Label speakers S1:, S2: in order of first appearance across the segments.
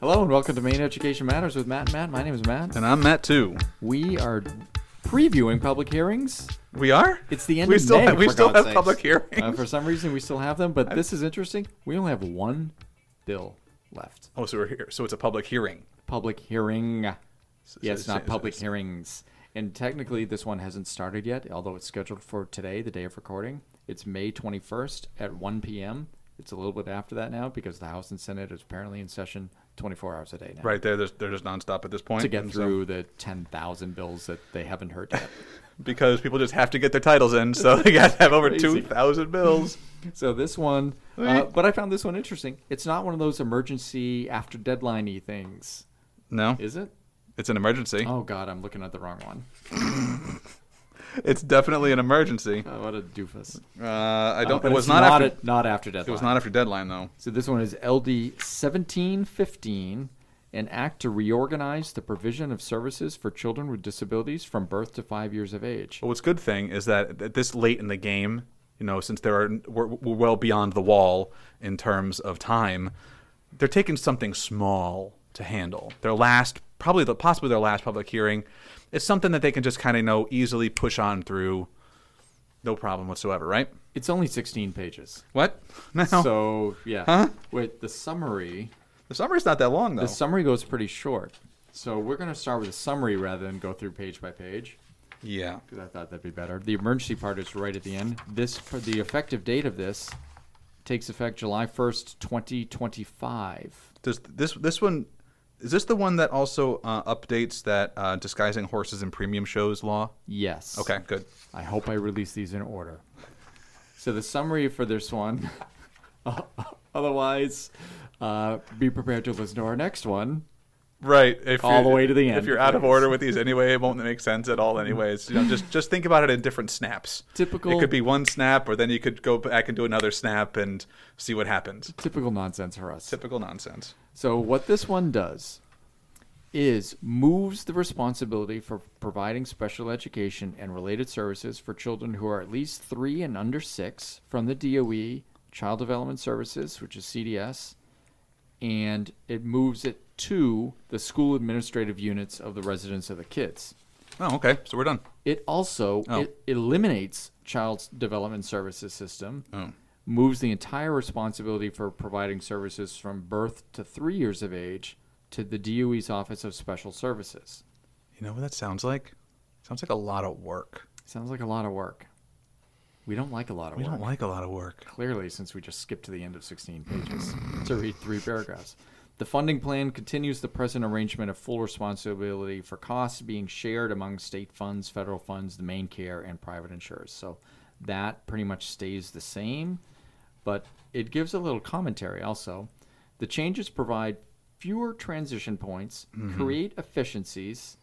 S1: Hello and welcome to Maine Education Matters with Matt and Matt. My name is Matt.
S2: And I'm Matt too.
S1: We are previewing public hearings.
S2: We are.
S1: It's the end
S2: we
S1: of
S2: still
S1: May,
S2: have, we
S1: for
S2: still
S1: God's
S2: have
S1: sakes.
S2: public hearings.
S1: Uh, for some reason, we still have them, but this is interesting. We only have one bill left.
S2: oh, so we're here. So it's a public hearing.
S1: Public hearing. yeah, it's
S2: so-
S1: not
S2: so-
S1: public hearings. And technically, this one hasn't started yet, although it's scheduled for today, the day of recording. It's May 21st at 1 p.m. It's a little bit after that now because the House and Senate is apparently in session 24 hours a day now.
S2: Right there, there's, they're just nonstop at this point.
S1: to get
S2: and so-
S1: through the 10,000 bills that they haven't heard yet.
S2: because people just have to get their titles in, so they got to have over
S1: Crazy.
S2: two thousand bills.
S1: so this one, uh,
S2: Okay.
S1: but I found this one interesting. It's not one of those emergency after deadline y things,
S2: No,
S1: is it?
S2: it's an emergency.
S1: Oh, God, I'm looking at the wrong one.
S2: It's definitely an emergency.
S1: Oh, what a doofus.
S2: Uh, I
S1: Uh,
S2: don't.
S1: but
S2: it was
S1: it's
S2: not, after.
S1: a- not after deadline.
S2: it was not after deadline though.
S1: So this one is LD 1715, an act to reorganize the provision of services for children with disabilities from birth to five years of age.
S2: But what's good thing is that at this late in the game, you know, since there are we're, we're well beyond the wall in terms of time, they're taking something small to handle. Their last, probably the possibly their last public hearing, is something that they can just kind of know easily push on through, no problem whatsoever, right?
S1: It's only 16 pages.
S2: What? No,
S1: So, yeah. Wait, the summary
S2: the summary's not that long though.
S1: The summary goes pretty short. So we're going to start with a summary rather than go through page by page
S2: yeah,
S1: because I thought that'd be better. The emergency part is right at the end. This for the effective date of this takes effect July 1st, 2025.
S2: does this this one? Is this the one that also uh, updates that uh, disguising horses in premium shows law?
S1: Yes.
S2: Okay, good.
S1: I hope I release these in order. So the summary for this one. Otherwise, uh, be prepared to listen to our next one.
S2: Right. If
S1: All the
S2: you-
S1: way to the end.
S2: If you're out of order with these anyway, it won't make sense at all anyways. You know, just just think about it in different snaps.
S1: Typical-
S2: It could be one snap or then you could go back and do another snap and see what happens.
S1: Typical nonsense for us.
S2: Typical nonsense.
S1: So what this one does is moves the responsibility for providing special education and related services for children who are at least 3 and under 6 from the DOE Child Development Services, which is CDS, and it moves it to the school administrative units of the residence of the kids.
S2: Oh, okay. So we're done.
S1: It also
S2: Oh.
S1: it eliminates Child Development Services System,
S2: Oh.
S1: moves the entire responsibility for providing services from birth to three years of age to the DOE's Office of Special Services.
S2: You know what that sounds like? Sounds like a lot of work.
S1: Sounds like a lot of work. We don't like a lot of
S2: We
S1: work.
S2: don't like a lot of work.
S1: clearly since we just skipped to the end of 16 pages to read three paragraphs. The funding plan continues the present arrangement of full responsibility for costs being shared among state funds, federal funds, the main care, and private insurers. So that pretty much stays the same, but it gives a little commentary also. The changes provide fewer transition points, create efficiencies,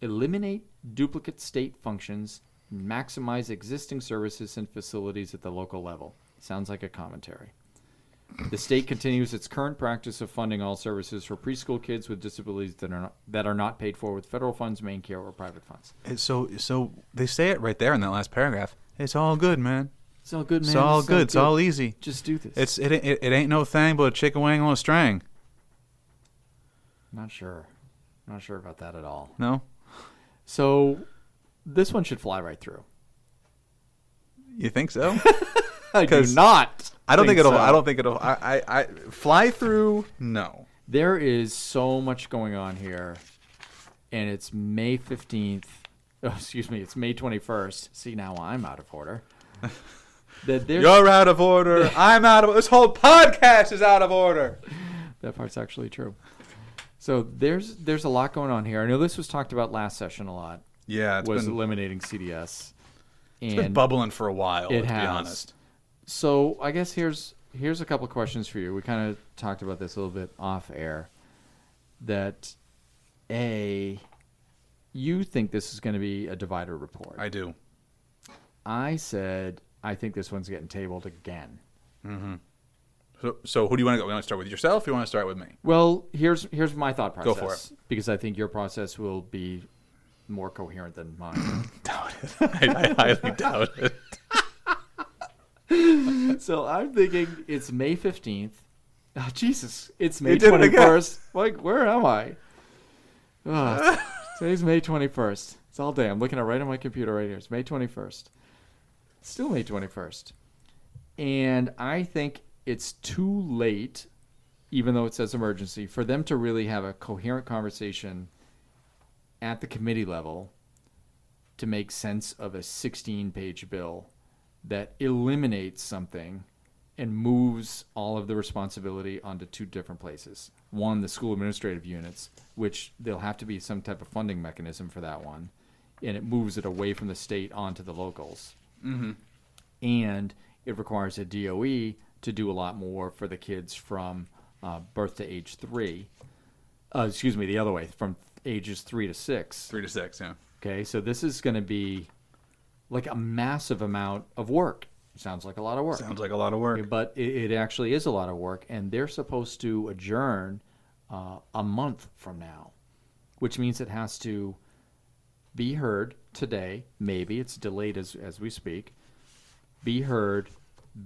S1: eliminate duplicate state functions, and maximize existing services and facilities at the local level. Sounds like a commentary. The state continues its current practice of funding all services for preschool kids with disabilities that are not, that are not paid for with federal funds, main care, or private funds.
S2: It's so so they say it right there in that last paragraph. It's all good, man.
S1: It's all good, man.
S2: It's all good. It's all easy.
S1: Just do this.
S2: It's it, it, it ain't no thing but a chicken wing on a string.
S1: not sure. Not sure about that at all.
S2: No?
S1: So, this one should fly right through.
S2: You think so?
S1: I do
S2: 'Cause
S1: not.
S2: I don't think, it'll.
S1: so.
S2: I don't think it'll. I, I, I fly through. No.
S1: There is so much going on here, and it's May 15th. Oh, excuse me, it's May 21st. See, now I'm out of order. that, there's,
S2: You're out of order. I'm out of. This whole podcast is out of order.
S1: that part's actually true. So there's there's a lot going on here. I know this was talked about last session a lot.
S2: Yeah, it's
S1: was
S2: been,
S1: eliminating CDS.
S2: it's been bubbling for a while.
S1: It
S2: to
S1: has.
S2: be honest.
S1: So I guess here's here's a couple of questions for you. We kind of talked about this a little bit off air. That a you think this is going to be a divider report.
S2: I do.
S1: I said I think this one's getting tabled again.
S2: So, so who do you want to go? You want to start with yourself? Or you want to start with me?
S1: Well, here's here's my thought process.
S2: Go for
S1: Because I think your process will be more coherent than mine.
S2: Doubt it. I, I highly doubt it.
S1: so I'm thinking it's May 15th. Ah, Jesus, it's
S2: You
S1: May
S2: did it
S1: twenty
S2: again.
S1: first. Like, where am I? Ugh, today's May twenty first. It's all day. I'm looking at it right on my computer right here. It's May twenty first. Still May twenty first, and I think it's too late, even though it says emergency, for them to really have a coherent conversation at the committee level to make sense of a 16 page bill that eliminates something and moves all of the responsibility onto two different places. One, the school administrative units, which there'll have to be some type of funding mechanism for that one, and it moves it away from the state onto the locals. Mm-hmm. And it requires a DOE to do a lot more for the kids from uh, birth to age three. Uh, excuse me, the other way, from ages three to six.
S2: Three to six, yeah.
S1: Okay, so this is going to be like a massive amount of work. Sounds like a lot of work.
S2: Sounds like a lot of work.
S1: But it, it actually is a lot of work, and they're supposed to adjourn uh, a month from now, which means it has to be heard today. Maybe it's delayed as as we speak. Be heard,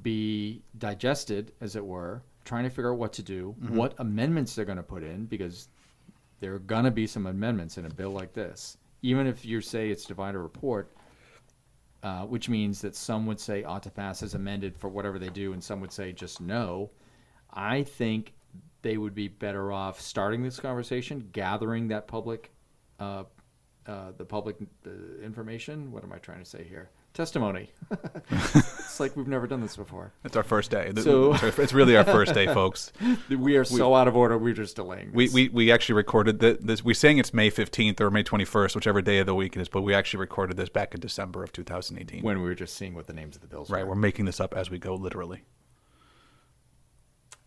S1: be digested, as it were. Trying to figure out what to do, what amendments they're going to put in, because there are going to be some amendments in a bill like this. Even if you say it's divide or report, uh, which means that some would say ought to pass as amended for whatever they do, and some would say just no. I think they would be better off starting this conversation, gathering that public, uh, uh, the public uh, information. What am I trying to say here? Testimony. it's like we've never done this before.
S2: It's our first day. Th-
S1: So-
S2: it's our- it's really our first day, folks.
S1: We are so out of order. We're just delaying.
S2: We,
S1: this.
S2: we, we actually recorded the, this. We're saying it's May 15th or May 21st, whichever day of the week it is, but we actually recorded this back in December of 2018.
S1: when we were just seeing what the names of the bills
S2: right,
S1: were.
S2: we're making this up as we go, literally.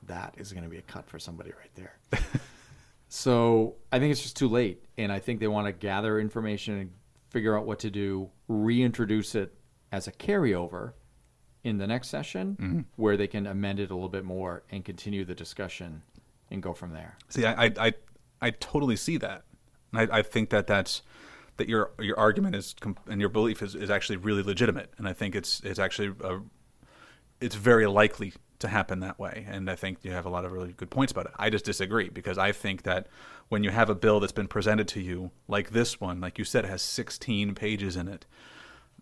S1: that is going to be a cut for somebody right there. so I think it's just too late, and I think they want to gather information and figure out what to do, reintroduce it as a carryover in the next session, where they can amend it a little bit more and continue the discussion and go from there.
S2: See, I, I, I, I totally see that. And I, I think that that's that your your argument is com- and your belief is, is actually really legitimate. And I think it's it's actually a, it's very likely to happen that way. And I think you have a lot of really good points about it. I just disagree because I think that when you have a bill that's been presented to you like this one, like you said, it has 16 pages in it.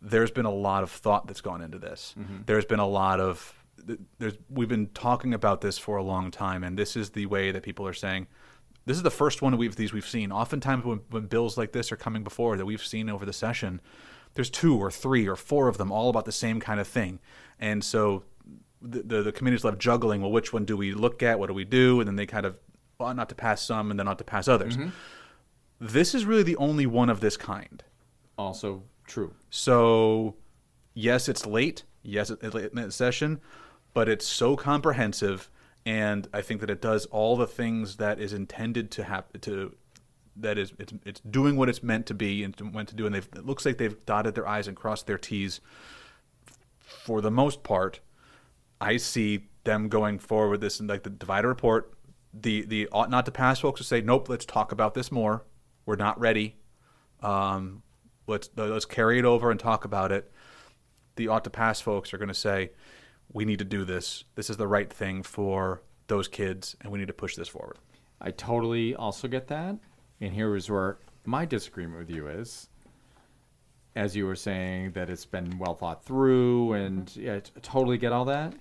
S2: There's been a lot of thought that's gone into this. There's been a lot of th- there's we've been talking about this for a long time, and this is the way that people are saying. This is the first one we've these we've seen. Oftentimes, when, when bills like this are coming before that we've seen over the session, there's two or three or four of them all about the same kind of thing, and so the, the, the committee's left juggling. Well, which one do we look at? What do we do? And then they kind of ought not to pass some and then not to pass others. This is really the only one of this kind.
S1: Also true.
S2: So, yes, it's late. Yes, it's late in the session, but it's so comprehensive, and I think that it does all the things that is intended to happen to. That is, it's it's doing what it's meant to be and meant to do, and they've, it looks like they've dotted their i's and crossed their t's. For the most part, I see them going forward with this and like the divider report. The the ought not to pass folks who say nope. Let's talk about this more. We're not ready. Um, let's let's carry it over and talk about it. The ought to pass folks are going to say we need to do this. This is the right thing for those kids, and we need to push this forward.
S1: I totally also get that. And here is where my disagreement with you is. As you were saying, that it's been well thought through, and yeah, I totally get all that.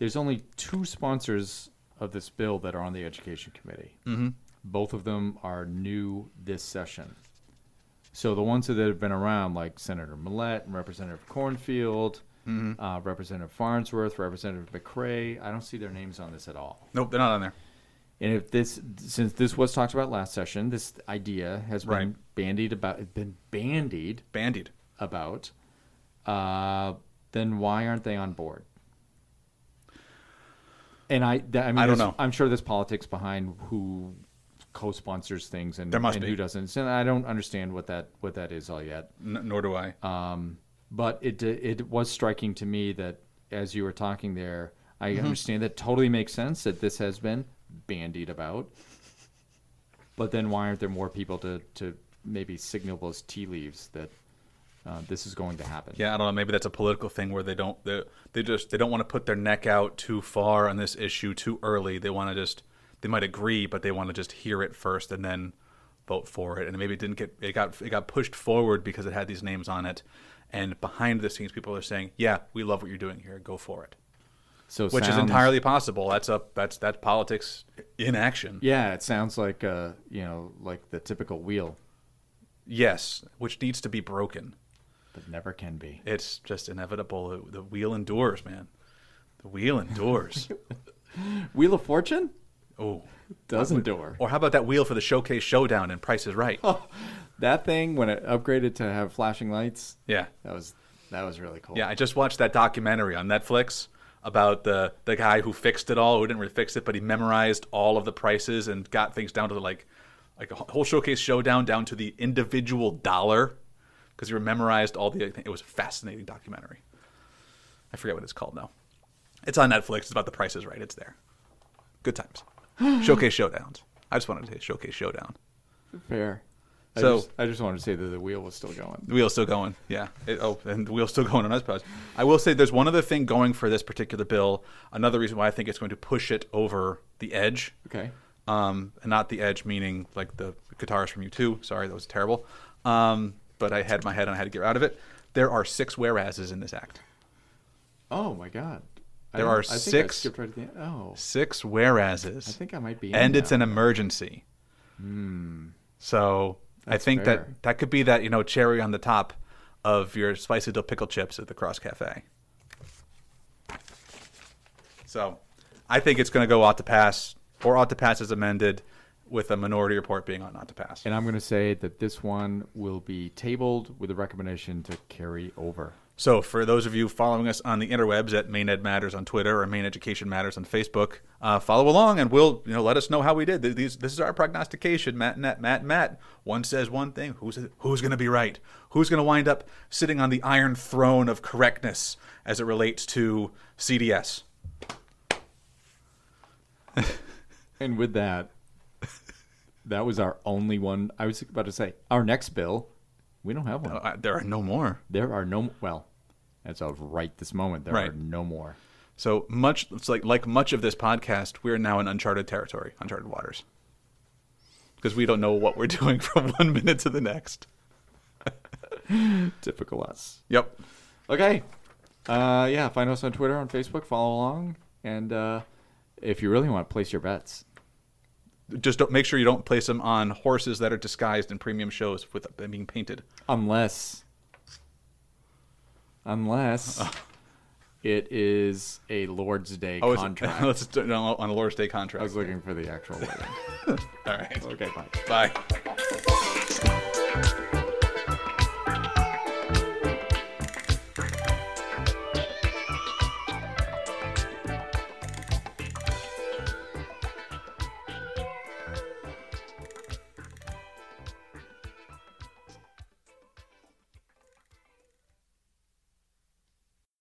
S1: There's only two sponsors of this bill that are on the Education Committee. Mm-hmm. Both of them are new this session. So the ones that have been around, like Senator Millett and Representative Cornfield, uh, Representative Farnsworth, Representative McCrae, I don't see their names on this at all.
S2: Nope, they're not on there.
S1: And if this, since this was talked about last session, this idea has been
S2: Right.
S1: bandied about, been bandied
S2: Bandied.
S1: about, uh, then why aren't they on board? And I, th- I mean,
S2: I
S1: there's-
S2: don't know.
S1: I'm sure there's politics behind who co-sponsors things and,
S2: There must
S1: and
S2: be.
S1: who doesn't. So I don't understand what that what that is all yet.
S2: N- nor do I.
S1: But it di- it was striking to me that as you were talking there, I understand that totally makes sense that this has been bandied about. But then why aren't there more people to to maybe signal those tea leaves that uh, this is going to happen.
S2: Yeah, I don't know. Maybe that's a political thing where they don't they, they just they don't want to put their neck out too far on this issue too early. They want to just they might agree, but they want to just hear it first and then vote for it. And maybe it didn't get it got it got pushed forward because it had these names on it. And behind the scenes, people are saying, "Yeah, we love what you're doing here. Go for it,"
S1: So
S2: which is
S1: sounds-
S2: entirely possible. That's a that's that's politics in action.
S1: Yeah, it sounds like uh, you know, like the typical wheel,
S2: Yes, which needs to be broken.
S1: but never can be.
S2: It's just inevitable. The wheel endures, man. The wheel endures.
S1: Wheel of Fortune
S2: oh.
S1: does endure.
S2: Or how about that wheel for the showcase showdown and Price is Right?
S1: That thing when it upgraded to have flashing lights,
S2: Yeah.
S1: that was that was really cool.
S2: Yeah, I just watched that documentary on Netflix about the the guy who fixed it all, who didn't really fix it, but he memorized all of the prices and got things down to like like a whole showcase showdown down to the individual dollar because he memorized all the it was a fascinating documentary. I forget what it's called now. It's on Netflix. It's about the prices right. It's there. Good times. showcase showdowns. I just wanted to say showcase showdown.
S1: fair. I
S2: So-
S1: just, I just wanted to say that the wheel was still going.
S2: The wheel's still going. Yeah. It, oh, and the wheel's still going on us, pals. I will say there's one other thing going for this particular bill. Another reason why I think it's going to push it over the edge.
S1: Okay.
S2: Um, and not the edge meaning like the guitarist from U2. Sorry, that was terrible. Um, but I had my head and I had to get out of it. There are six whereases in this act.
S1: Oh my god. I
S2: There
S1: don't-
S2: are
S1: I think I
S2: six-
S1: skipped right at the end. Oh,
S2: Six whereases.
S1: I think I might be. in
S2: and it's
S1: now.
S2: an emergency. So
S1: Hmm.
S2: I
S1: That's
S2: think
S1: fair.
S2: that that could be that you know cherry on the top of your spicy dill pickle chips at the Cross Cafe. So I think it's going to go out to pass or out to pass as amended, with a minority report being on not to pass.
S1: And I'm going to say that this one will be tabled with a recommendation to carry over.
S2: So, for those of you following us on the interwebs at Main Ed Matters on Twitter or Main Education Matters on Facebook, uh, follow along and we'll you know let us know how we did. Th- These, this is our prognostication. Matt, Matt, Matt, Matt. One says one thing. Who's who's going to be right? Who's going to wind up sitting on the iron throne of correctness as it relates to CDS?
S1: And with that, that was our only one. I was about to say our next bill. We don't have one.
S2: Uh, there are no more.
S1: There are no well, as of right this moment, there are
S2: Right.
S1: no more.
S2: So much it's like like much of this podcast, we are now in uncharted territory, uncharted waters, because we don't know what we're doing from one minute to the next.
S1: Typical us.
S2: Yep.
S1: Okay. Uh, yeah, find us on Twitter, on Facebook, follow along, and uh, if you really want, place your bets.
S2: just don't make sure you don't place them on horses that are disguised in premium shows with them being painted.
S1: Unless, unless it is a Lord's Day
S2: Oh, it's,
S1: contract.
S2: let's do- no, on a Lord's Day contract.
S1: I was looking for the actual wording.
S2: All right.
S1: okay, bye.
S2: Bye.